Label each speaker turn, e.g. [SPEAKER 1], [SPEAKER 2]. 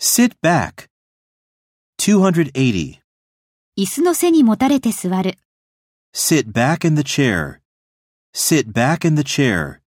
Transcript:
[SPEAKER 1] Sit back. 280.
[SPEAKER 2] 椅子の背にもたれて座る。
[SPEAKER 1] Sit back in the chair. Sit back in the chair.